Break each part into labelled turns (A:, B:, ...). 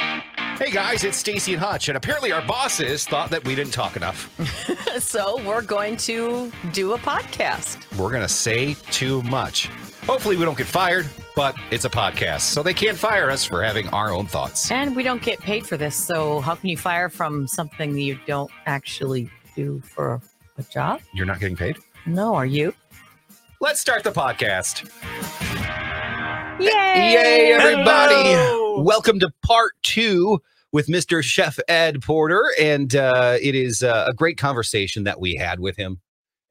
A: Hey guys, it's Stacy and Hutch, and apparently our bosses thought that we didn't talk enough.
B: So we're going to do a podcast.
A: We're gonna say too much. Hopefully, we don't get fired, but it's a podcast, so they can't fire us for having our own thoughts.
B: And we don't get paid for this. So how can you fire from something that you don't actually do for a job?
A: You're not getting paid?
B: No, are you?
A: Let's start the podcast.
B: Yay!
A: Yay, everybody! Welcome to part two with Mr. Chef Ed Porter, and uh, it is uh, a great conversation that we had with him.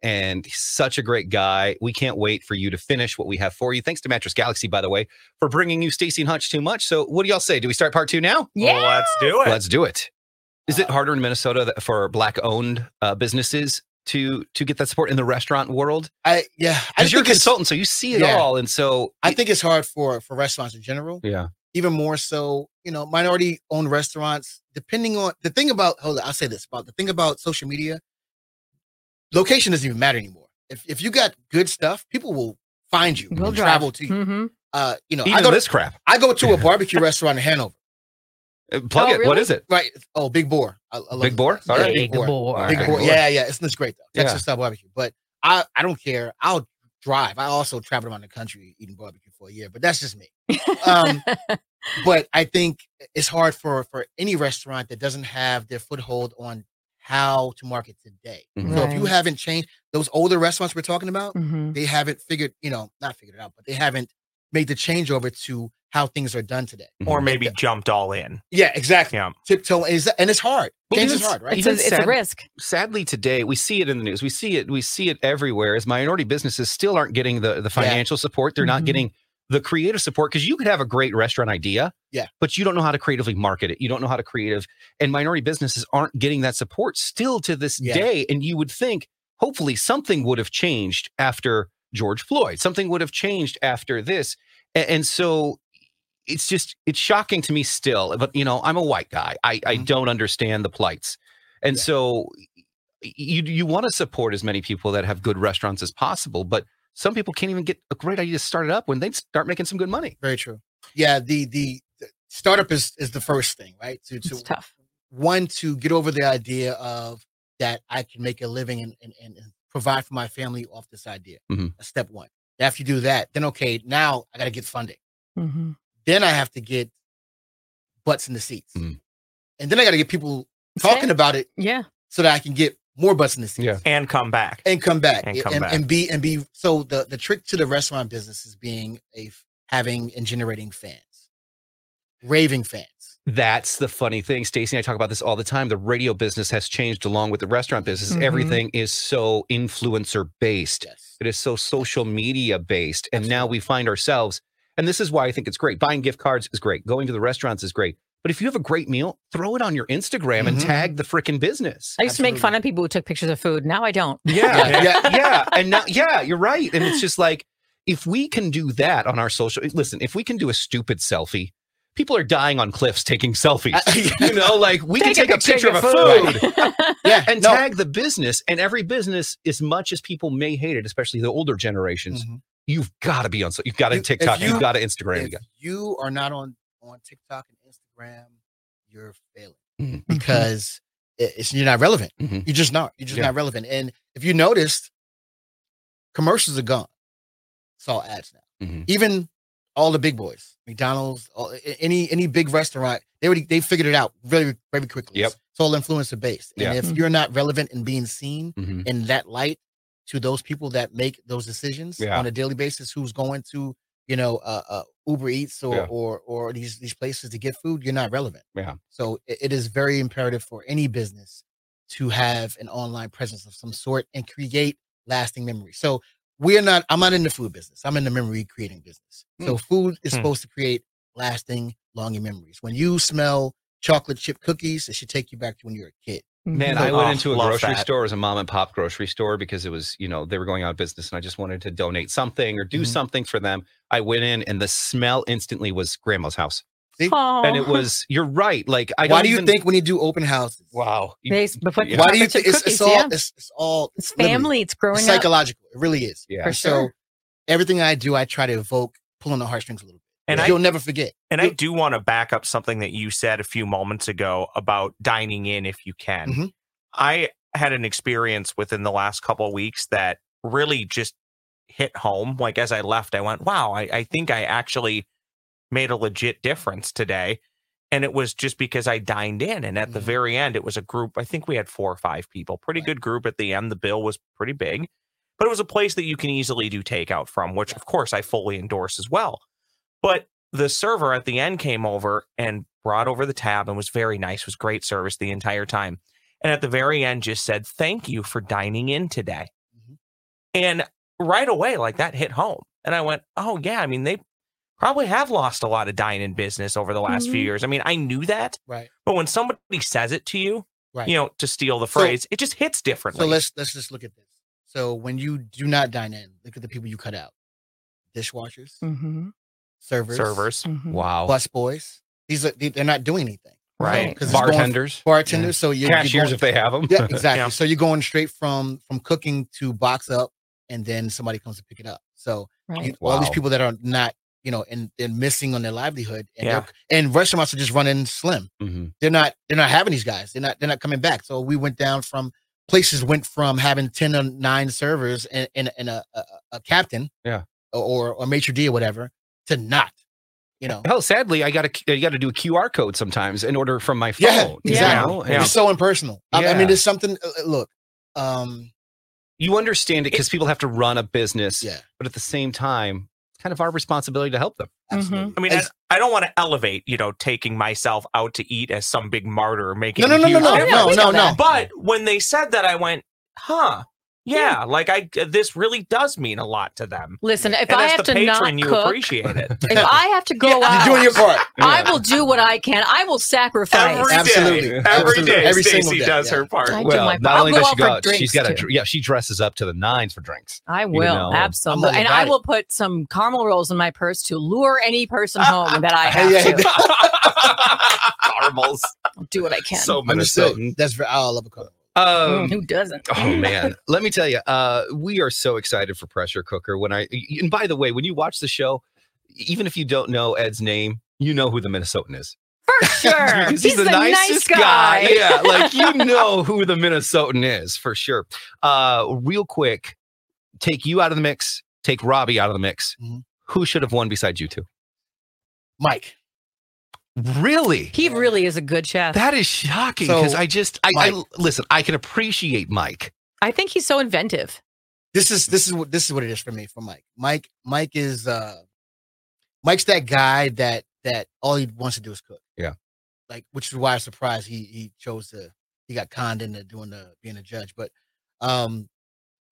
A: And he's such a great guy. We can't wait for you to finish what we have for you. Thanks to Mattress Galaxy, by the way, for bringing you Stacy and Hutch too much. So, what do y'all say? Do we start part two now?
B: Yeah.
C: oh,
D: Well, let's do it.
A: Let's do it. Is it harder in Minnesota that, for black-owned uh, businesses to to get that support in the restaurant world?
C: I yeah. I
A: Because
C: just
A: you're a
C: think it's,
A: consultant, so you see it
C: Yeah.
A: all, and so
C: I
A: it-
C: think it's hard for for restaurants in general.
A: yeah,
C: Even more so, you know, minority owned restaurants. Depending on the thing about hold on, I'll say this about the thing about social media. Location doesn't even matter anymore. If if you got good stuff, people will find you.
B: We'll
C: will
B: travel
C: travel to you.
B: Mm-hmm.
C: Uh, you know, I
A: even
C: go
A: this crap.
C: I go to a barbecue restaurant in Hanover.
A: Uh, Plug
B: Oh,
A: it. What
B: really?
A: is it?
C: Right. Oh, Big Boar. I, I love
A: Big
C: it.
A: Boar? All
C: Yeah,
A: right.
C: Big Boar.
A: All
C: Big
A: right,
C: Boy.
A: cool.
C: Yeah, yeah. It's, it's great though.
A: Yeah.
C: Texas style barbecue. But I, I don't care. I'll drive. I also traveled around the country eating barbecue for a year, but that's just me. Um, but I think it's hard for for any restaurant that doesn't have their foothold on how to market today. So if you
B: Right.
C: haven't changed those older restaurants we're talking about,
B: Mm-hmm.
C: they haven't figured, you know, not figured it out, but they haven't made the changeover to how things are done today.
D: Or
A: Mhm.
D: maybe jumped all in.
C: Yeah, exactly.
D: Yeah.
C: Tiptoe is and it's hard.
A: Well,
C: Change
A: dude,
C: is hard, right?
B: It's, a,
A: Even
B: it's a
A: said-
B: risk.
A: sadly today we see it in the news we see it we see it everywhere as minority businesses still aren't getting the the financial support they're not
B: Mhm.
A: getting the creative support because you could have a great restaurant idea
C: Yeah.
A: but you don't know how to creatively market it you don't know how to creative and minority businesses aren't getting that support still to this
C: Yeah.
A: day and you would think hopefully something would have changed after george floyd something would have changed after this A- and, so it's just it's shocking to me still but you know i'm a white guy i i
C: Mhm.
A: don't understand the plights and
C: Yeah.
A: so you you want to support as many people that have good restaurants as possible, but some people can't even get a great idea started up when they start making some good money.
C: Very true. Yeah, the the, the startup is is the first thing, right? To
B: It's
C: to
B: tough.
C: one to get over the idea of that I can make a living and and, and and provide for my family off this idea.
B: Mm-hmm.
A: Mhm.
C: That's step one. After you do that, then okay, now I got to get funding.
B: Mm-hmm.
C: Then I have to get butts in the seats,
B: Mm-hmm.
A: Mhm.
C: and then I got to get people talking about it
B: Yeah.
C: so that I can get more butts in the seats.
A: Yeah.
D: And come back.
C: and come back
D: And
C: and,
D: come
C: and,
D: back.
C: be and be so the the trick to the restaurant business is being a f- having and generating fans raving fans
A: That's the funny thing, Stacy. and I talk about this all the time. The radio business has changed along with the restaurant business.
B: Mhm.
A: Everything is so influencer based.
C: yes
A: It is so social media based. And now we find ourselves, and this is why I think it's great. Buying gift cards is great. Going to the restaurants is great. But if you have a great meal, throw it on your Instagram and
C: Mhm.
A: tag the freaking business.
B: I used to make fun
C: Absolutely.
B: of people who took pictures of food. Now I don't.
A: Yeah,
D: Yeah.
A: yeah, yeah. And now, yeah, you're right. And it's just like, if we can do that on our social, listen, if we can do a stupid selfie, people are dying on cliffs taking selfies. you know, like we can take a picture, of a food,
C: yeah
A: and
C: no.
A: tag the business. And every business, as much as people may hate it, especially the older generations,
C: Mhm.
A: you've got to be on. so- You've got to
C: You- if
A: TikTok. You,
C: you-
A: have got to Instagram. you
C: if
A: got-
C: you are not on on tiktok and instagram you're failing
A: Mhm.
C: because i- it's you're not relevant
A: Mhm.
C: you're just not you're just
A: Yeah.
C: not relevant and if you noticed commercials are gone it's all ads now
A: Mhm.
C: even all the big boys, McDonald's, all, a- any any big restaurant, they already they figured it out very very quickly.
A: Yep.
C: It's all influencer based, and
A: Yeah.
C: if
B: Mhm.
C: you're not relevant and being seen
A: Mhm.
C: in that light to those people that make those decisions
A: Yeah.
C: on a daily basis, who's going to you know uh, uh, Uber Eats or,
A: Yeah.
C: or or these these places to get food, you're not relevant.
A: Yeah.
C: So i- it is very imperative for any business to have an online presence of some sort and create lasting memory. So we're not i'm not in the food business i'm in the memory creating business
A: Mm.
C: so food is
D: Hmm.
C: supposed to create lasting longing memories when you smell chocolate chip cookies it should take you back to when you were a kid
A: Man,
B: Mhm.
A: I went
D: Oh,
A: into a
D: love
A: grocery
D: that.
A: store. It was a mom and pop grocery store because it was, you know, they were going out of business and I just wanted to donate something or do
C: Mhm.
A: something for them. I went in and the smell instantly was grandma's house. And it
B: Aw.
A: was, you're right. Like, I
C: Oh. why
A: don't
C: do you
A: even-
C: think when you do open houses
A: Wow. you-
B: They, but put the
A: Yeah.
C: why do you
B: chocolate chip
C: think it's,
B: cookies,
C: it's all
B: yeah.
C: it's, it's all
B: It's
C: literally-
B: family. It's
C: it's
B: growing up.
C: psychological it really is
A: yeah.
B: For
C: so everything i do i try to evoke pull on the heartstrings a little bit
D: And I
C: you'll never forget.
D: And I do want to back up something that you said a few moments ago about dining in if you can.
C: Mhm.
D: I had an experience within the last couple of weeks that really just hit home. Like as I left, I went, wow, I, I think I actually made a legit difference today. And it was just because I dined in. And at the
C: Mhm.
D: very end, it was a group. I think we had four or five people, pretty
C: Right.
D: good group at the end. The bill was pretty big, but it was a place that you can easily do takeout from, which of course I fully endorse as well. But the server at the end came over and brought over the tab and was very nice, was great service the entire time. And at the very end, just said, Thank you for dining in today.
C: Mhm.
D: And right away, like that hit home. And I went, Oh, yeah. I mean, they probably have lost a lot of dine in business over the last few
C: Mm-hmm.
B: Mhm.
D: years. I mean, I knew that.
C: Right.
D: But when somebody says it to you,
C: Right.
D: you know, to steal the
C: So-
D: phrase, it just hits differently.
C: So let's let's just look at this. So when you do not dine in, look at the people you cut out: dishwashers,
B: Mm-hmm.
C: servers,
D: Mm. servers.
A: Wow.
C: bus boys. These are they- they're not doing anything.
D: Right.
C: Because it's going-
A: Bartenders,
C: Bartenders. So you're, you're
A: cashiers
C: going-
A: if they have them.
C: yeah, exactly.
D: Yeah.
C: So you're going straight from from cooking to box up, and then somebody comes to pick it up. So
B: Right.
C: you, all these
A: Wow.
C: people that are not, you know, and and missing on their livelihood, and
D: Yeah.
C: they're- and restaurants are just running slim.
A: Mhm.
C: They're not they're not having these guys. They're not they're not coming back. So we went down from places went from having ten or nine servers and and, and a, a a captain,
A: Yeah.
C: or or a maitre d or whatever, to not, you know.
A: Hell, sadly, I got to you got to do a QR code sometimes in order from my
C: Yeah,
A: phone.
C: exactly.
A: You, know?
D: Yeah.
A: And
C: It's so impersonal. I, I
A: Yeah.
C: mean, it's something. uh, uh, Look, um,
A: you understand it because people have to run a business,
C: yeah,
A: but at the same time, it's kind of our responsibility to help them.
B: Mhm.
C: absolutely.
D: I mean,
C: As-
D: I, I don't want to elevate, you know, taking myself out to eat as some big martyr making
C: no, no,
D: a
C: no, no,
D: huge
C: no,
B: yeah,
D: difference.
C: no,
B: we
C: no,
B: know
C: no.
B: that.
D: But when they said that, I went, huh, yeah, like I, this really does mean a lot to them.
B: Listen, if
D: and
B: I
D: as
B: have
D: the
B: to not
D: patron, you
B: cook,
D: appreciate it.
B: if I have to go
D: Yeah,
B: out,
C: You're doing your part.
B: I will do what I can. I will sacrifice.
D: Every day,
C: Absolutely.
D: every
C: Absolutely.
D: day,
C: Every single
D: Stacy
C: day,
D: does
C: yeah.
D: her part.
B: I do
A: well,
B: my
A: not
B: part.
A: only
B: I'll
A: does she
B: go out for
A: go out, she's
B: drinks,
A: got a
B: too.
A: dr- yeah, she dresses up to the nines for drinks.
B: I will
A: know.
C: I'm all
B: absolutely, and I
C: about
B: will put some caramel rolls in my purse to lure any person home that I have
C: Yeah,
B: to.
C: yeah.
A: Caramels,
B: I'll do what I can. Mm,
A: so
C: Understood.
A: Minnesotan.
C: That's very. I love a color.
A: Um,
B: Who doesn't?
A: Oh man, let me tell you, uh, we are so excited for Pressure Cooker. When I and by the way, when you watch the show, even if you don't know Ed's name, you know who the Minnesotan is
B: For sure,
A: because he's, the, nicest guy. yeah, like you know who the Minnesotan is for sure. Uh, real quick, take you out of the mix, take Robbie out of the mix.
C: Mhm.
A: Who should have won besides you two?
C: Mike.
A: Really?
B: He really is a good chef.
A: That is shocking because
C: So,
A: I just I, I listen. I can appreciate Mike.
B: I think he's so inventive.
C: This is this is what this is what it is for me for Mike. Mike Mike is uh Mike's that guy that that all he wants to do is cook.
A: Yeah.
C: Like which is why I'm surprised he he chose to he got conned into doing the being a judge. But um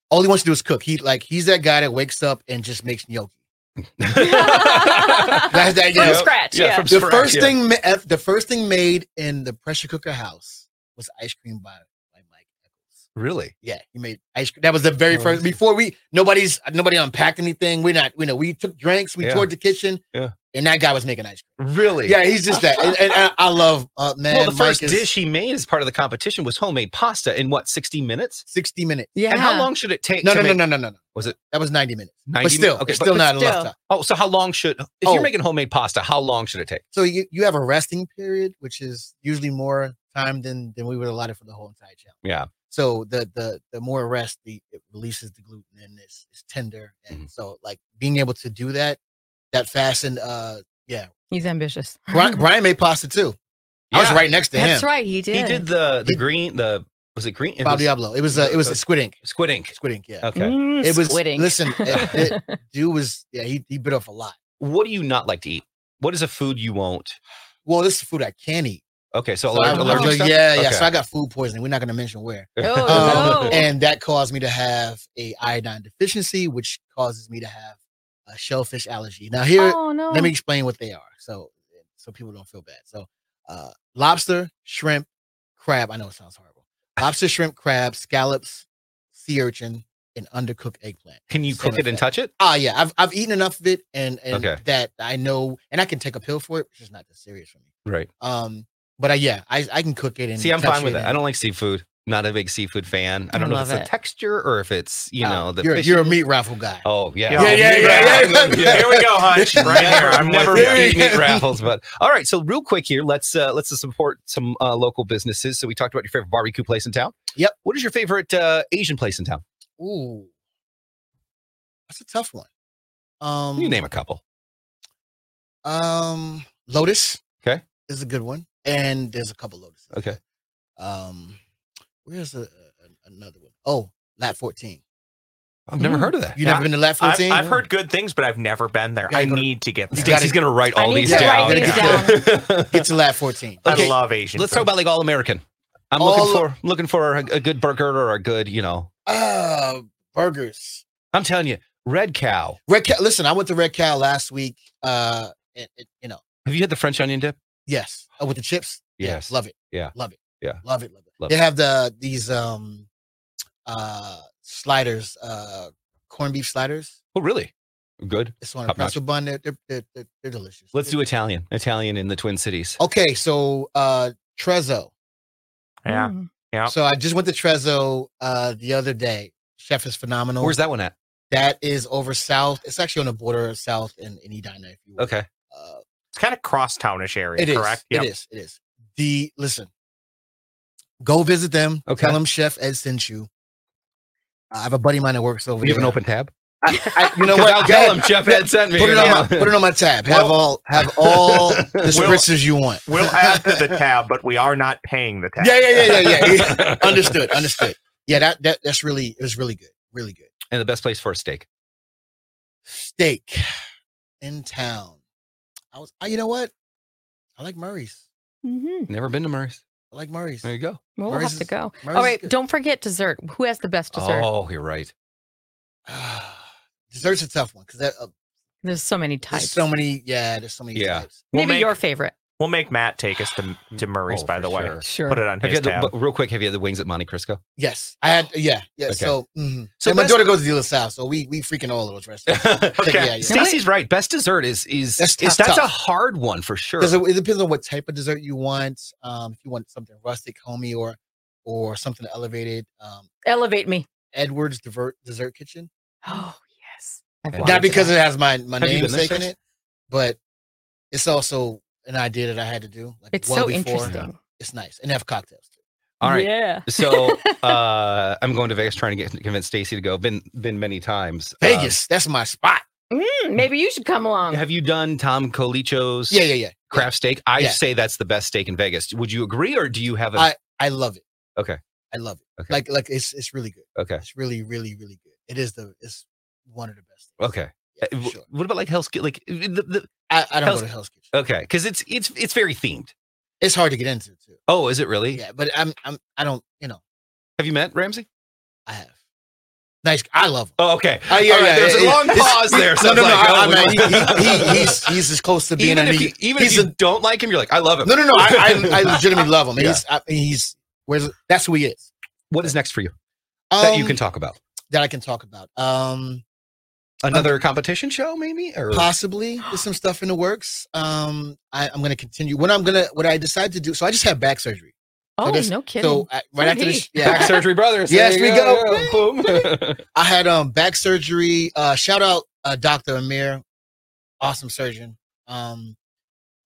C: all he wants to do is cook. He like he's that guy that wakes up and just makes gnocchi.
A: yeah,
C: That's that you
B: From
C: know,
B: scratch, yeah.
A: from
C: the
A: scratch,
C: first
A: yeah.
C: thing ma- uh, the first thing made in the pressure cooker house was ice cream by, by Mike Eccles.
A: Really?
C: Yeah, he made ice cream. That was the very
A: Oh,
C: first
A: that's-
C: before we nobody's nobody unpacked anything. We're not, you know, we took drinks, we
A: Yeah.
C: toured the kitchen.
A: Yeah.
C: And that guy was making ice
A: Really?
C: cream. Yeah, he's just that. And, and I, I love uh man.
A: well, the first
C: Mike is
A: dish he made as part of the competition was homemade pasta in what, 60 minutes?
C: 60 minutes.
B: yeah.
A: And how long should it take?
C: No,
A: to
C: no, no,
A: make-
C: no, no, no, no.
A: Was it
C: That was 90 minutes.
A: 90
C: but still,
A: minutes? Okay,
C: it's
A: but-
C: still
A: but
C: not enough
B: still.
C: time.
A: Oh, so how long should, if
C: Oh.
A: you're making homemade pasta, how long should it take?
C: So you, you have a resting period, which is usually more time than than we would allotted for the whole entire challenge.
A: Yeah.
C: So the the the more rest, the it releases the gluten and it's, it's tender. And
A: Mhm.
C: so like being able to do that, that fast and uh yeah.
B: He's ambitious.
C: Brian, Brian made pasta too. I was
A: Yeah,
C: right next to
B: That's
C: him.
B: right. He did.
A: He did the the
C: He-
A: green, the, was it green? It
C: Bob
A: was
C: Diablo. It was uh, it was
A: Uh,
C: a squid ink.
A: Squid Ink.
C: Squid ink, yeah.
A: Okay.
B: Mm,
C: It was
B: squid ink.
C: listen, it, it- dude was yeah, he, he bit off a lot.
A: What do you not like to eat? What is a food you won't?
C: Well, this is food I can't eat.
A: Okay, so,
C: So I-
A: allergic, allergic
C: yeah,
A: stuff?
C: yeah.
A: Okay.
C: So I got food poisoning. We're not gonna mention where.
B: Oh, no.
C: um, and that caused me to have a iodine deficiency, which causes me to have a shellfish allergy. Now here,
B: oh no.
C: let me explain what they are, so so people don't feel bad. So, uh, lobster, shrimp, crab. I know it sounds horrible. Lobster, shrimp, crab, scallops, sea urchin, and undercooked eggplant.
A: Can you
C: Something
A: cook it
C: like
A: and
C: that.
A: touch it?
C: Ah, yeah, I've I've eaten enough of it, and and
A: Okay.
C: that I know, and I can take a pill for it, which is not that serious for me.
A: Right.
C: Um, but I, yeah, I I can cook it and
A: See, I'm
C: touch
A: fine with
C: it
A: that. I
C: and-
A: don't like seafood. Not a big seafood fan. I
B: I
A: don't know if
B: love
A: it's the
B: it.
A: texture or if it's you know the
C: Oh, ah, you're,
A: fish.
C: you're a meat raffle guy.
A: oh yeah.
D: Yeah, yeah, yeah,
C: yeah, yeah.
D: Here we go, Hunch. Right there. I'm never.
C: with you.
A: eating meat raffles, but all right. So real quick here, let's uh, let's support some uh, local businesses. So we talked about your favorite barbecue place in town.
C: Yep.
A: What is your favorite uh, Asian place in town?
C: Ooh, that's a tough one. Um,
A: You name a couple.
C: Um, Lotus.
A: Okay.
C: is a good one, and there's a couple Lotus.
A: Okay.
C: Um, where's a, a- another one? Oh, Lat 14.
A: I've never
B: Mm.
A: heard of that.
C: You
D: Yeah,
C: never been to Lat
D: I've,
C: 14?
D: I've heard good things, but I've never been there.
C: You
D: I
C: gotta go to-
D: need to get
C: You
D: there.
C: gotta-
A: Stacy's gonna write all
B: I need
A: these
B: to
A: down.
B: write these
C: Get to Lat 14.
D: I
A: Okay.
D: love Asian.
A: Let's
D: food.
A: talk about like all American. I'm
C: All-
A: looking for looking for a, a good burger or a good, you know.
C: Uh, burgers.
A: I'm telling you, Red Cow.
C: Red Cow. Listen, I went to Red Cow last week. Uh, and, and, you know,
A: Have you had the French onion dip?
C: yes, oh, with the chips. Yeah,
A: Yes.
C: love it.
A: Yeah.
C: love it.
A: Yeah.
C: love it. Love it.
A: Love
C: they
A: it.
C: have the these um uh sliders, uh corned beef sliders.
A: Oh, really? Good.
C: It's on a
A: Top notch.
C: pretzel bun. They're they're, they're, they're, they're delicious.
A: Let's do Italian. Italian in the Twin Cities.
C: Okay, so uh Trezzo.
D: Yeah.
B: Mm.
D: Yep.
C: So I just went to Trezzo uh the other day. Chef is phenomenal.
A: Where's that one at?
C: That is over south. It's actually on the border of south and, and Edina. If you will.
A: Okay.
C: Uh,
D: It's kind of crosstownish area,
C: it is.
D: correct?
C: It is. It is. The listen. Go visit them.
A: Okay.
C: Tell them Chef Ed sent you. I have a buddy of mine that works over
A: You have
C: there.
A: an open tab?
C: I, you know
A: 'Cause
C: what?
A: I'll
C: Go
A: tell
C: ahead.
A: him Jeff had sent me.
C: Put it on my
A: Yeah.
C: put it on my tab. Have
D: Well-
C: all have all the
A: Well-
C: spritzers you want.
D: We'll add to the tab, but we are not paying the tab.
C: Yeah, yeah, yeah, yeah, yeah. understood, understood. Yeah, that, that that's really it was really good, really good.
A: and the best place for a steak.
C: Steak in town. I was, I, you know what? I like Murray's.
B: Mhm.
A: Never been to Murray's.
C: I like Murray's.
A: There you go.
B: Well, we'll
C: Mars
B: have to
C: is-
B: go.
C: Murray's
B: All
C: is
B: right,
C: good.
B: don't forget dessert. Who has the best dessert?
A: Oh, you're right.
C: Dessert's a tough one because uh,
B: There's so many
C: there's
B: types.
C: so many. Yeah, there's so many.
A: Yeah.
C: types.
D: We'll
B: Maybe
D: make-
B: your favorite.
D: We'll make Matt take us to, to Murray's,
A: Oh,
D: by
A: for
D: the way.
A: sure.
B: Sure.
D: Put it on
A: Have you
D: his
A: had the,
D: tab.
A: but real quick, have you had the wings at Monte Cristo?
C: Yes, I had. Yeah, yeah.
A: Oh. Okay.
C: So, mhm.
A: So
C: And my
A: best-
C: daughter goes to De La Salle, so we we freaking all of those restaurants. Yeah, yeah.
A: Stacy's right. Best dessert is is
C: That's
A: that's,
C: tough,
A: that's a
C: tough.
A: hard one for sure.
C: because it, it depends on what type of dessert you want. Um, if you want something rustic, homey, or or something elevated. Um,
B: Elevate me.
C: Edwards Dessert Dessert Kitchen.
B: Oh, yes.
A: And
B: wanted
A: Why
B: to
C: Not because
B: go.
C: it has my my
A: Have you been
C: namesake
A: there,
C: in
A: sis?
C: it, but it's also an idea that I had to do. Like
B: it's
C: well
B: so
C: before.
B: interesting.
C: It's nice and they have cocktails. too.
A: All right.
B: Yeah.
A: So uh, I'm going to Vegas trying to get convince Stacy to go. Been been many times. Uh,
C: Vegas, Um, that's my spot.
B: Mm, maybe you should come along.
A: have you done Tom Colicho's
C: Yeah, yeah, yeah.
A: craft steak? I
C: Yeah.
A: say that's the best steak in Vegas. Would you agree, or do you have a
C: I love it.
A: Okay.
C: I love it.
A: Okay.
C: Like like it's it's really good.
A: okay?
C: It's really really really good. It is the it's one of the best. things.
A: Okay.
C: Yeah,
A: Uh,
C: for
A: w-
C: sure.
A: What about like Hell's Ki- like uh, the, the
C: I, I don't
A: Hell's-
C: go to Eh, Hell's Kitchen.
A: okay? Because it's it's it's very themed.
C: It's hard to get into too.
A: Oh, is it really?
C: Yeah, but I'm I'm I don't you know
A: Have you met Ramsey?
C: I have nice. I love him.
A: Oh, okay.
C: Oh, yeah,
A: All right,
C: yeah,
A: There's
C: yeah,
A: a long
C: yeah.
A: pause there. So it's
C: no, no, no.
A: like,
C: I,
A: oh,
C: I
A: we-
C: mean, he, he, he, he's he's as close to being
A: even
C: a
A: if
C: New-
A: you, even if
C: he's
A: you
C: a-
A: don't like him, you're like, I love him.
C: No, no, no. I, I, I legitimately love him.
A: Yeah.
C: He's, I, he's where's that's who he is.
A: What is next for you
C: Um,
A: that you can talk about?
C: that I can talk about. Um,
A: Another competition show, maybe? Or
C: possibly there's some stuff in the works. Um, I, I'm gonna continue. What I'm gonna what I decide to do. So I just had back surgery.
B: Oh,
C: this-
B: no kidding.
C: So I, right
B: did
C: after this,
B: he?
C: yeah, I-
A: Surgery Brothers.
C: Yes,
A: there you
C: we
A: Yeah, Boom.
C: I had um back surgery. Uh, shout out uh, Doctor Amir, awesome surgeon. Um,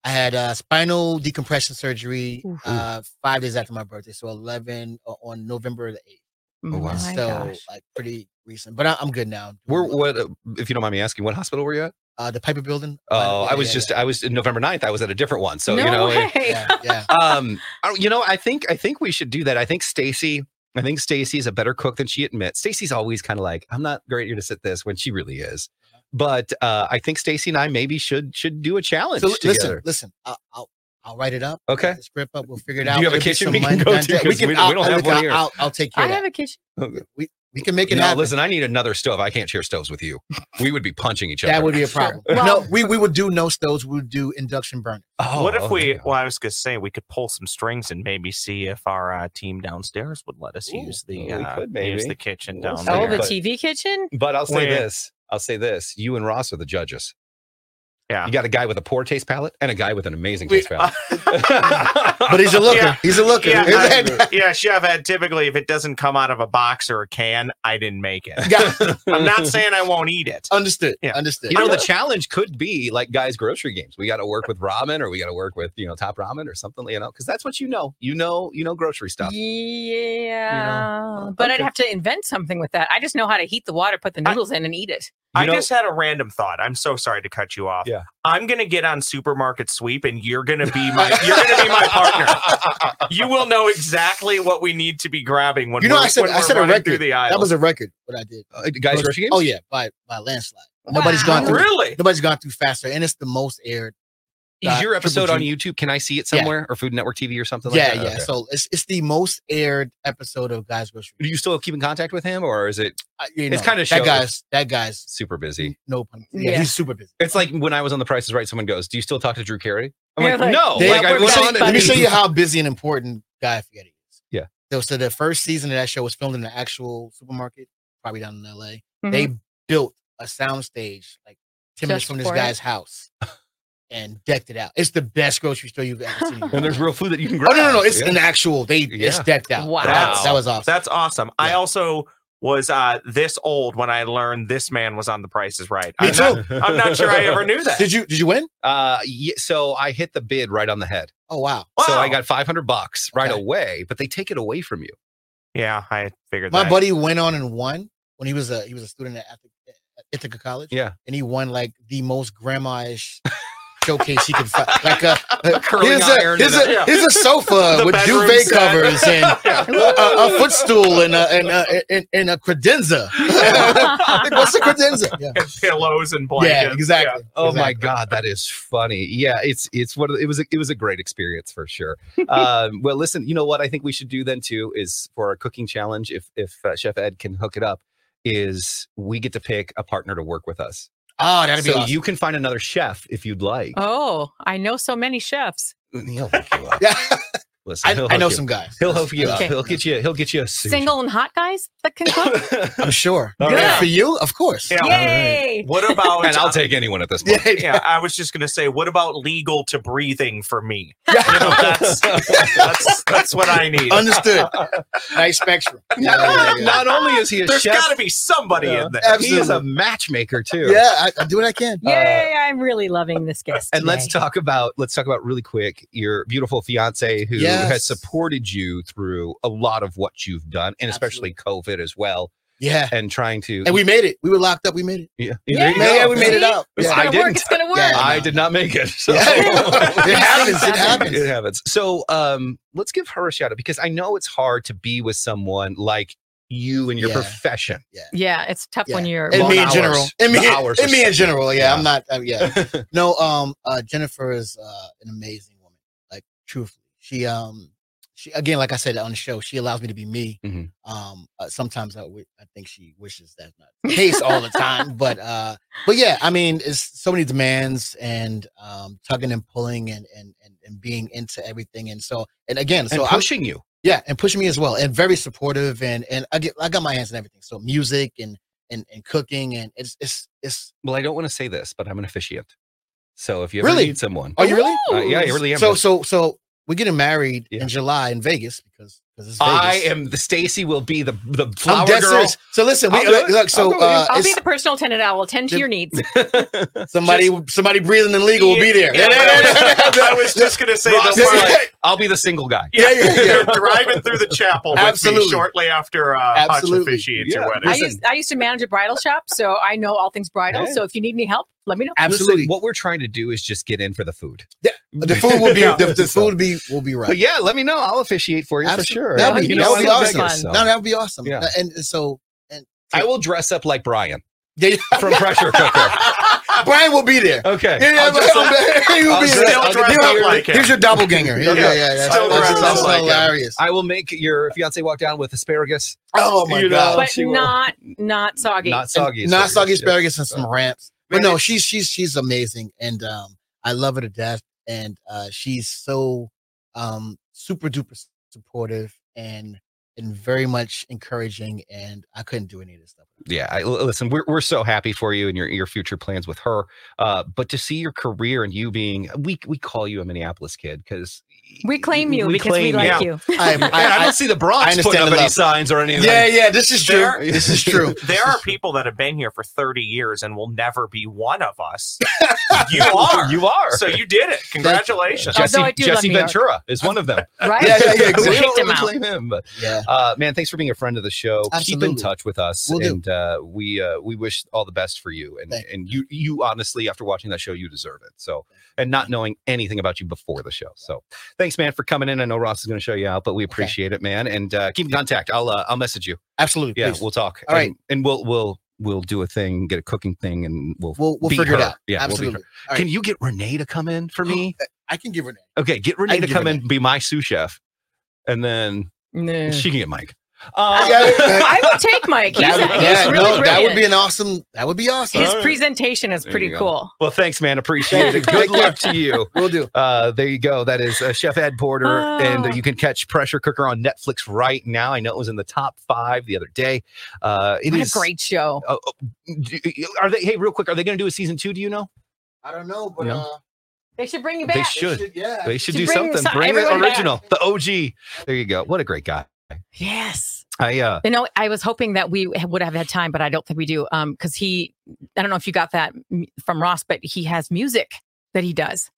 C: I had uh, spinal decompression surgery
B: Oof.
C: uh, five days after my birthday, so 11 o- on November the 8th.
A: Oh, wow.
B: My
C: so
B: gosh.
C: like pretty recent, but I, I'm good now.
A: Where, what, uh, if you don't mind me asking, what hospital were you at?
C: uh, the Piper Building.
A: Oh,
C: Yeah,
A: I was
C: yeah,
A: just, I was November 9th. I was at a different one. So,
B: no
A: you know,
B: way.
A: it-
C: yeah, yeah.
A: um, I- you know, I think, I think we should do that. I think Stacy, I think Stacy's a better cook than she admits. Stacy's always kind of like, I'm not great at at this when she really is. But uh, I think Stacy and I maybe should should do a challenge
C: So listen,
A: together.
C: listen. I'll, I'll I'll write it up.
A: Okay.
C: write The script up. We'll figure it
A: Do
C: out.
A: you have a
C: It'll be
A: kitchen
C: some
A: we can
C: Monday
A: go
C: night-
A: to?
C: We
A: 'Cause
C: can.
A: we- we
C: I'll,
A: don't
C: I'll,
A: have
C: look,
A: one
C: I'll,
A: here.
C: I'll, I'll take care
B: I
C: of
B: have
C: that.
B: a kitchen.
C: We can make it
A: no,
C: happen.
A: listen, I need another stove. I can't share stoves with you. We would be punching each other.
C: that would be a problem.
B: Well-
C: no, we we would do no stoves. We would do induction burner.
A: Oh,
D: what if
A: okay.
D: we? Well, I was gonna say we could pull some strings and maybe see if our uh, team downstairs would let us
A: Ooh,
D: use the
A: well, we
D: uh,
A: could
D: use
A: maybe.
D: the kitchen
A: We'll
D: down
A: see.
B: Oh,
D: there.
B: the
A: But-
B: TV kitchen?
A: But I'll say
D: Where?
A: this. I'll say this. You and Ross are the judges.
D: Yeah.
A: You got a guy with a poor taste palate and a guy with an amazing
C: Wait,
A: taste palate.
C: But he's a looker.
D: Yeah.
C: He's a looker.
D: Yeah, yeah, chef had typically if it doesn't come out of a box or a can, I didn't make it.
C: Got-
D: I'm not saying I won't eat it.
C: understood.
D: Yeah.
C: Understood.
A: you know, the challenge could be like guys' grocery games. We got to work with ramen, or we got to work with you know top ramen or something, you know, because that's what you know. You know, you know grocery stuff. Oh,
B: Yeah. But I'd
A: Okay.
B: have to invent something with that. I just know how to heat the water, put the
D: I-
B: noodles in, and eat it.
D: I
A: You know-
D: just had a random thought. I'm so sorry to cut you off.
A: Yeah.
D: I'm gonna get on supermarket sweep and you're gonna be my you're gonna be my partner. You will know exactly what we need to be grabbing when
C: You know,
D: we're,
C: I said-
D: when
C: I
D: we're
C: said a
D: running
C: record.
D: through the aisle.
C: That was a record. What I did.
A: Uh, guys' grocery games.
C: Oh yeah, by by a landslide. Nobody's gone through.
D: really
C: Nobody's gone through faster, and it's the most aired.
A: Is your
C: Triple
A: episode on
C: G.
A: YouTube? Can I see it
C: Yeah.
A: somewhere or Food Network TV or something?
C: yeah,
A: like that?
C: yeah.
A: Okay.
C: So it's it's the most aired episode of Guys Grocery.
A: Do you still keep in contact with him, or is it
C: I- you
A: It's
C: know,
A: kinda
C: that
A: shows.
C: guy's that guy's
A: super busy?
C: no pun. Yeah,
B: Yeah.
C: he's super busy.
A: It's like when I was on The Price Is Right. Someone goes, "Do you still talk to Drew Carey?" I'm
B: You're
A: like,
B: like,
A: "No."
C: They-
A: like I
B: we're
A: was
B: not
A: on it.
C: Let me
B: buddies.
C: show you how busy and important Guy Fieri is.
A: Yeah.
C: So, so the first season of that show was filmed in an actual supermarket, probably down in L.A. They built a soundstage like
B: Mm-hmm.
C: ten minutes
B: Just
C: from this
B: for it?
C: guy's house, and decked it out. It's the best grocery store you've ever seen.
A: And there's real food that you can grab.
C: Oh no, no, no! It's
A: Yeah.
C: an actual. They it's
A: Yeah.
C: decked out.
B: Wow.
C: That's- that was awesome.
D: that's awesome. I
C: Yeah.
D: also was uh this old when I learned this man was on the Price Is Right.
C: Me
D: I'm
C: too.
D: Not, I'm not sure I ever knew that.
C: Did you did you win?
A: Uh, yeah, so I hit the bid right on the head.
C: Oh wow!
A: So I
D: Wow.
A: got 500 bucks right
C: Okay.
A: away, but they take it away from you.
D: Yeah, I figured
C: My
D: that.
C: buddy went on and won when he was a he was a student at Ithaca- at Ithaca College.
A: Yeah.
C: and he won like the most grandma-ish showcase he could find. Like a, a
A: curling
C: here's a
A: iron
C: here's
A: and
C: a,
D: a- yeah.
C: here's a sofa
D: The
C: with
D: bedroom
C: duvet
D: set.
C: covers and a, a- a footstool and a and a, and, and a credenza. Like, What's a credenza? Yeah,
D: and pillows and blankets.
C: yeah exactly.
A: Oh my
C: exactly.
A: god, that is funny. Yeah, it's it's what it was. A, it was a great experience for sure. um, well, listen, you know what I think we should do then too is for our cooking challenge. If if uh, Chef Ed can hook it up, is we get to pick a partner to work with us.
C: Oh, that'd be
A: so
C: awesome.
A: you can find another chef if you'd like.
B: Oh, I know so many chefs.
A: He'll hook you up.
C: Yeah,
A: Listen,
C: I,
A: he'll
C: I know
A: hook you-
C: some guys.
A: He'll hook you up.
B: Okay.
A: He'll get you. He'll get you a suit.
B: Single and hot guys that can cook.
C: I'm sure.
A: All
C: And
B: right.
C: For you, of course.
D: Yeah.
B: Yay!
D: What about uh,
A: and I'll take anyone at this point.
C: Oh, Yeah.
D: yeah, I was just gonna say, what about legal to breathing for me? You know, that's, that's that's what I need.
C: Understood. nice spectrum. Yeah, yeah, yeah.
A: Not only is he a
D: There's
A: chef,
D: got to be somebody
A: Yeah.
D: in there.
A: he is a
C: Absolutely.
A: matchmaker too.
C: Yeah, I, I do what I can.
B: Yay! I'm really loving this guest.
A: Uh, And let's
B: today.
A: talk about let's talk about really quick your beautiful fiance who has
C: Yes.
A: supported you through a lot of what you've done, and especially COVID as well,
C: Yeah.
A: and trying to.
C: And we made it. We were locked up. We made it.
A: yeah,
B: Yeah.
A: there you
C: Yeah,
A: go.
C: yeah, we made it
B: See?
C: out.
B: It's
A: Yeah.
B: gonna
A: I
B: work.
A: didn't-
B: It's gonna work.
C: Yeah.
A: I did not make it. So.
C: Yeah. it happens. It happens.
A: It happens. So um, let's give her a shout out because I know it's hard to be with someone like you in your
C: Yeah.
A: profession.
B: Yeah, it's tough when you're.
C: And
A: Long
C: me in
A: hours.
C: general. And me,
A: The hours
C: and
A: are
C: me in
A: spent.
C: general. Yeah,
A: Yeah.
C: I'm not. Uh, yeah. No. Um. Uh. Jennifer is uh an amazing woman. Like truthfully, she um she again like I said on the show, she allows me to be me.
A: Mhm.
C: Um. uh, sometimes I wi- I think she wishes that's not the case all the time. But uh. But yeah, I mean, it's so many demands and um tugging and pulling and and and, and being into everything. And so and again, so
A: and
C: I'm
A: pushing you.
C: yeah and pushing me as well and very supportive and and i get i got my hands in everything so music and and and cooking and it's it's it's
A: Well, I don't want to say this, but I'm an officiant. So if you ever
C: Really?
A: need someone,
C: are Oh, you really
A: Uh, yeah, you really am.
C: so so so we're getting married
A: Yeah.
C: in july in vegas because because it's vegas.
A: I am the Stacy will be the the
C: I'm
A: flower
C: dead
A: girl.
C: serious. So listen, we,
A: I'll do
C: look,
A: it.
C: look, so
A: I'll go with you.
C: uh,
B: I'll be
C: it's
B: the personal attendant. I will attend to
C: Jim-
B: your needs.
C: somebody, somebody breathing illegal will be there.
D: Yeah, I was- I was just gonna say
A: Ross
D: the
A: is
D: part.
A: I'll be the single guy.
C: Yeah, yeah, yeah.
D: You're driving through the chapel with me
C: Absolutely.
D: shortly after uh, Hutch
C: Absolutely.
D: officiates
A: Yeah.
D: your wedding.
B: I
A: Listen.
B: used, I used to manage a bridal shop, so I know all things bridal.
A: Hey.
B: So if you need any help, let me know.
C: Absolutely,
A: Listen, what we're trying to do is just get in for the food.
C: Yeah, the food will be
D: Yeah.
C: the, the food will be will be right.
A: But yeah, let me know. I'll officiate for you for
C: Absolutely.
A: sure.
C: That
B: would
A: You
B: be-
A: know,
B: that would
A: I
B: be
A: love
B: awesome.
A: Vegas, so.
C: No, that would be awesome.
A: Yeah.
C: Uh, And so
A: I will dress up like Brian
C: yeah,
A: from Pressure Cooker.
C: Brian will be there.
A: Okay.
C: Yeah, yeah,
A: I'll just-
C: but- he will
A: I'll
C: be
A: just-
C: there.
A: I'll just-
C: Here's
D: dress up
C: your-
D: like him.
C: Here's your doppelganger. Yeah, yeah,
D: Yeah.
C: yeah. That's,
D: Still
C: that's,
D: dress
C: that's
D: up like him.
C: hilarious.
A: I will make your fiance walk down with asparagus,
C: oh my
A: you know,
C: god.
B: but
A: she will.
B: not not soggy.
A: not soggy,
C: Not soggy
A: asparagus.
C: asparagus and some ramps. But
A: Man,
C: no,
A: it's-
C: she's she's she's amazing, and um, I love her to death, and uh, she's so um super duper supportive and and very much encouraging. And I couldn't do any of this stuff.
A: yeah I, l- listen we're, we're so happy for you and your, your future plans with her uh, but to see your career and you being we we call you a minneapolis kid because
B: We claim you because we
A: claim you.
B: like you.
A: I,
C: I,
A: I
C: I,
A: don't see the Bronx putting
C: understand
A: up
C: the
A: any
C: love.
A: signs or anything.
C: yeah, yeah, this is true.
D: There-
C: This is true.
D: There are people that have been here for 30 years and will never be one of us. You are.
A: You are.
D: So you did it. Congratulations.
B: Although
A: Jesse,
B: I do love
A: Jesse
B: New York.
A: Ventura is one of them.
B: Right?
C: Yeah, yeah, yeah,
A: We
C: exactly.
A: don't
B: Kicked him
A: really
B: out.
A: claim him, but,
C: Yeah.
A: uh, man, thanks for being a friend of the show. Keep in
C: Absolutely.
A: touch with us,
C: Will do.
A: and uh, we uh, we wish all the best for you. And
C: Thank
A: and you you honestly, after watching that show, you deserve it. So and not knowing anything about you before the show. So thanks, man, for coming in. I know Ross is going to show you out, but we appreciate it, man. And uh, keep in contact. I'll uh, I'll message you.
C: Absolutely.
A: Yeah,
C: please.
A: we'll talk.
C: All right.
A: and, and we'll we'll we'll do a thing, get a cooking thing, and we'll.
C: We'll, we'll
A: be
C: figure it
A: her.
C: out.
A: Yeah, we'll be
C: Absolutely.
A: her.
C: All right.
A: Can you get Renee to come in for me?
C: I can give her that.
A: Okay, get Renee
C: can
A: to
C: give her
A: come in and be my sous chef, and then
B: No.
A: she can get Mike. Uh,
C: Yeah, yeah.
B: I would take Mike. He's,
C: That
B: a,
C: would-
B: he's
C: yeah,
B: really
C: no,
B: brilliant.
C: that would be an awesome. That would be awesome.
B: His
A: Alright.
B: presentation is
A: There
B: pretty
A: you go.
B: cool.
A: well, thanks, man. Appreciate it. Good
C: Take care.
A: luck to you.
C: We'll do.
A: Uh, there you go. That is uh, Chef Ed Porter, and uh,
B: Ah.
A: you can catch Pressure Cooker on Netflix right now. I know it was in the top five the other day. Uh, it
B: What
A: is-
B: a great show.
A: uh, uh, do- are they? Hey, real quick, are they going to do a season two? Do you know?
C: I don't know, but
A: No.
C: uh,
B: They should bring you
A: They
B: back.
A: should.
C: yeah.
A: They should
B: To
A: do
B: bring
A: something.
B: some-
A: Bring the
B: everyone back.
A: original, the OG. There you go. What a great guy.
B: Yes.
A: I uh,
B: You know, I was hoping that we would have had time, but I don't think we do. Um, because he, I don't know if you got that m- from Ross, but he has music that he does,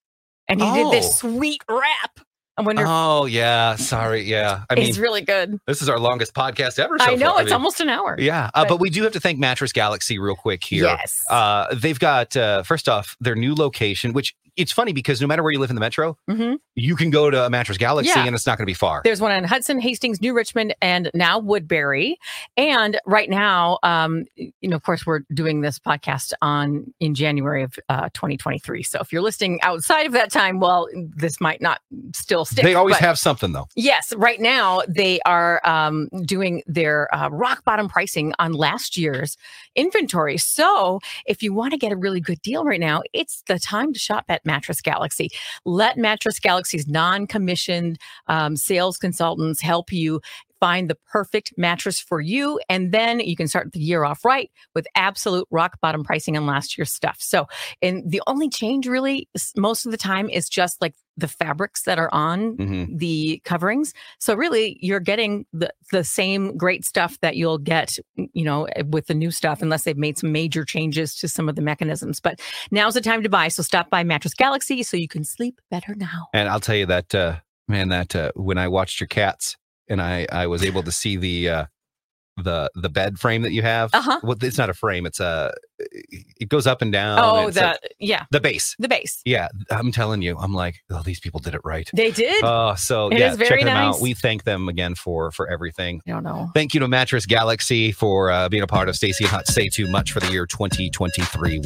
B: and he did
A: Oh.
B: this sweet rap. I wonder
A: Oh yeah, sorry. Yeah, I
B: if
A: mean,
B: it's really good.
A: this is our longest podcast ever. So
B: I know
A: far.
B: it's
A: mean,
B: almost an hour.
A: Yeah, uh,
B: but-
A: but, we do have to thank Mattress Galaxy real quick here.
B: Yes.
A: Uh, they've got uh, first off their new location, which it's funny because no matter where you live in the metro,
B: hmm
A: you can go to a Mattress Galaxy
B: Yeah.
A: and it's not going to be far.
B: There's one in Hudson, Hastings, New Richmond, and now Woodbury. And right now, um, you know, of course, we're doing this podcast on in January of uh, 2023. So if you're listening outside of that time, well, this might not still stick.
A: they always
B: but-
A: have something though.
B: Yes, right now they are um, doing their uh, rock bottom pricing on last year's inventory. So if you want to get a really good deal right now, it's the time to shop at Mattress Galaxy. Let Mattress Galaxy's non commissioned um, sales consultants help you. Find the perfect mattress for you, and then you can start the year off right with absolute rock bottom pricing on last year's stuff. So, and the only change really, s- most of the time, is just like the fabrics that are on
A: Mhm.
B: the coverings. So really, you're getting the the same great stuff that you'll get, you know, eh, with the new stuff, unless they've made some major changes to some of the mechanisms. But now's the time to buy. So stop by Mattress Galaxy so you can sleep better now.
A: And I'll tell you that, uh, man, that uh, when I watched your cats and I I was able to see the uh, the the bed frame that you have.
B: Uh-huh.
A: Well, it's not a frame. It's a it goes up and down.
B: oh,
A: it's a-
B: the yeah,
A: the base.
B: the base.
A: Yeah, I'm telling you, I'm like, oh, these people did it right.
B: They did.
A: Oh, so
B: It
A: yeah,
B: is
A: check
B: very
A: them out.
B: nice.
A: We thank them again for for everything.
B: I don't know.
A: Thank you to Mattress Galaxy for uh, being a part of Stacy Hot Say Too Much for the year 2023.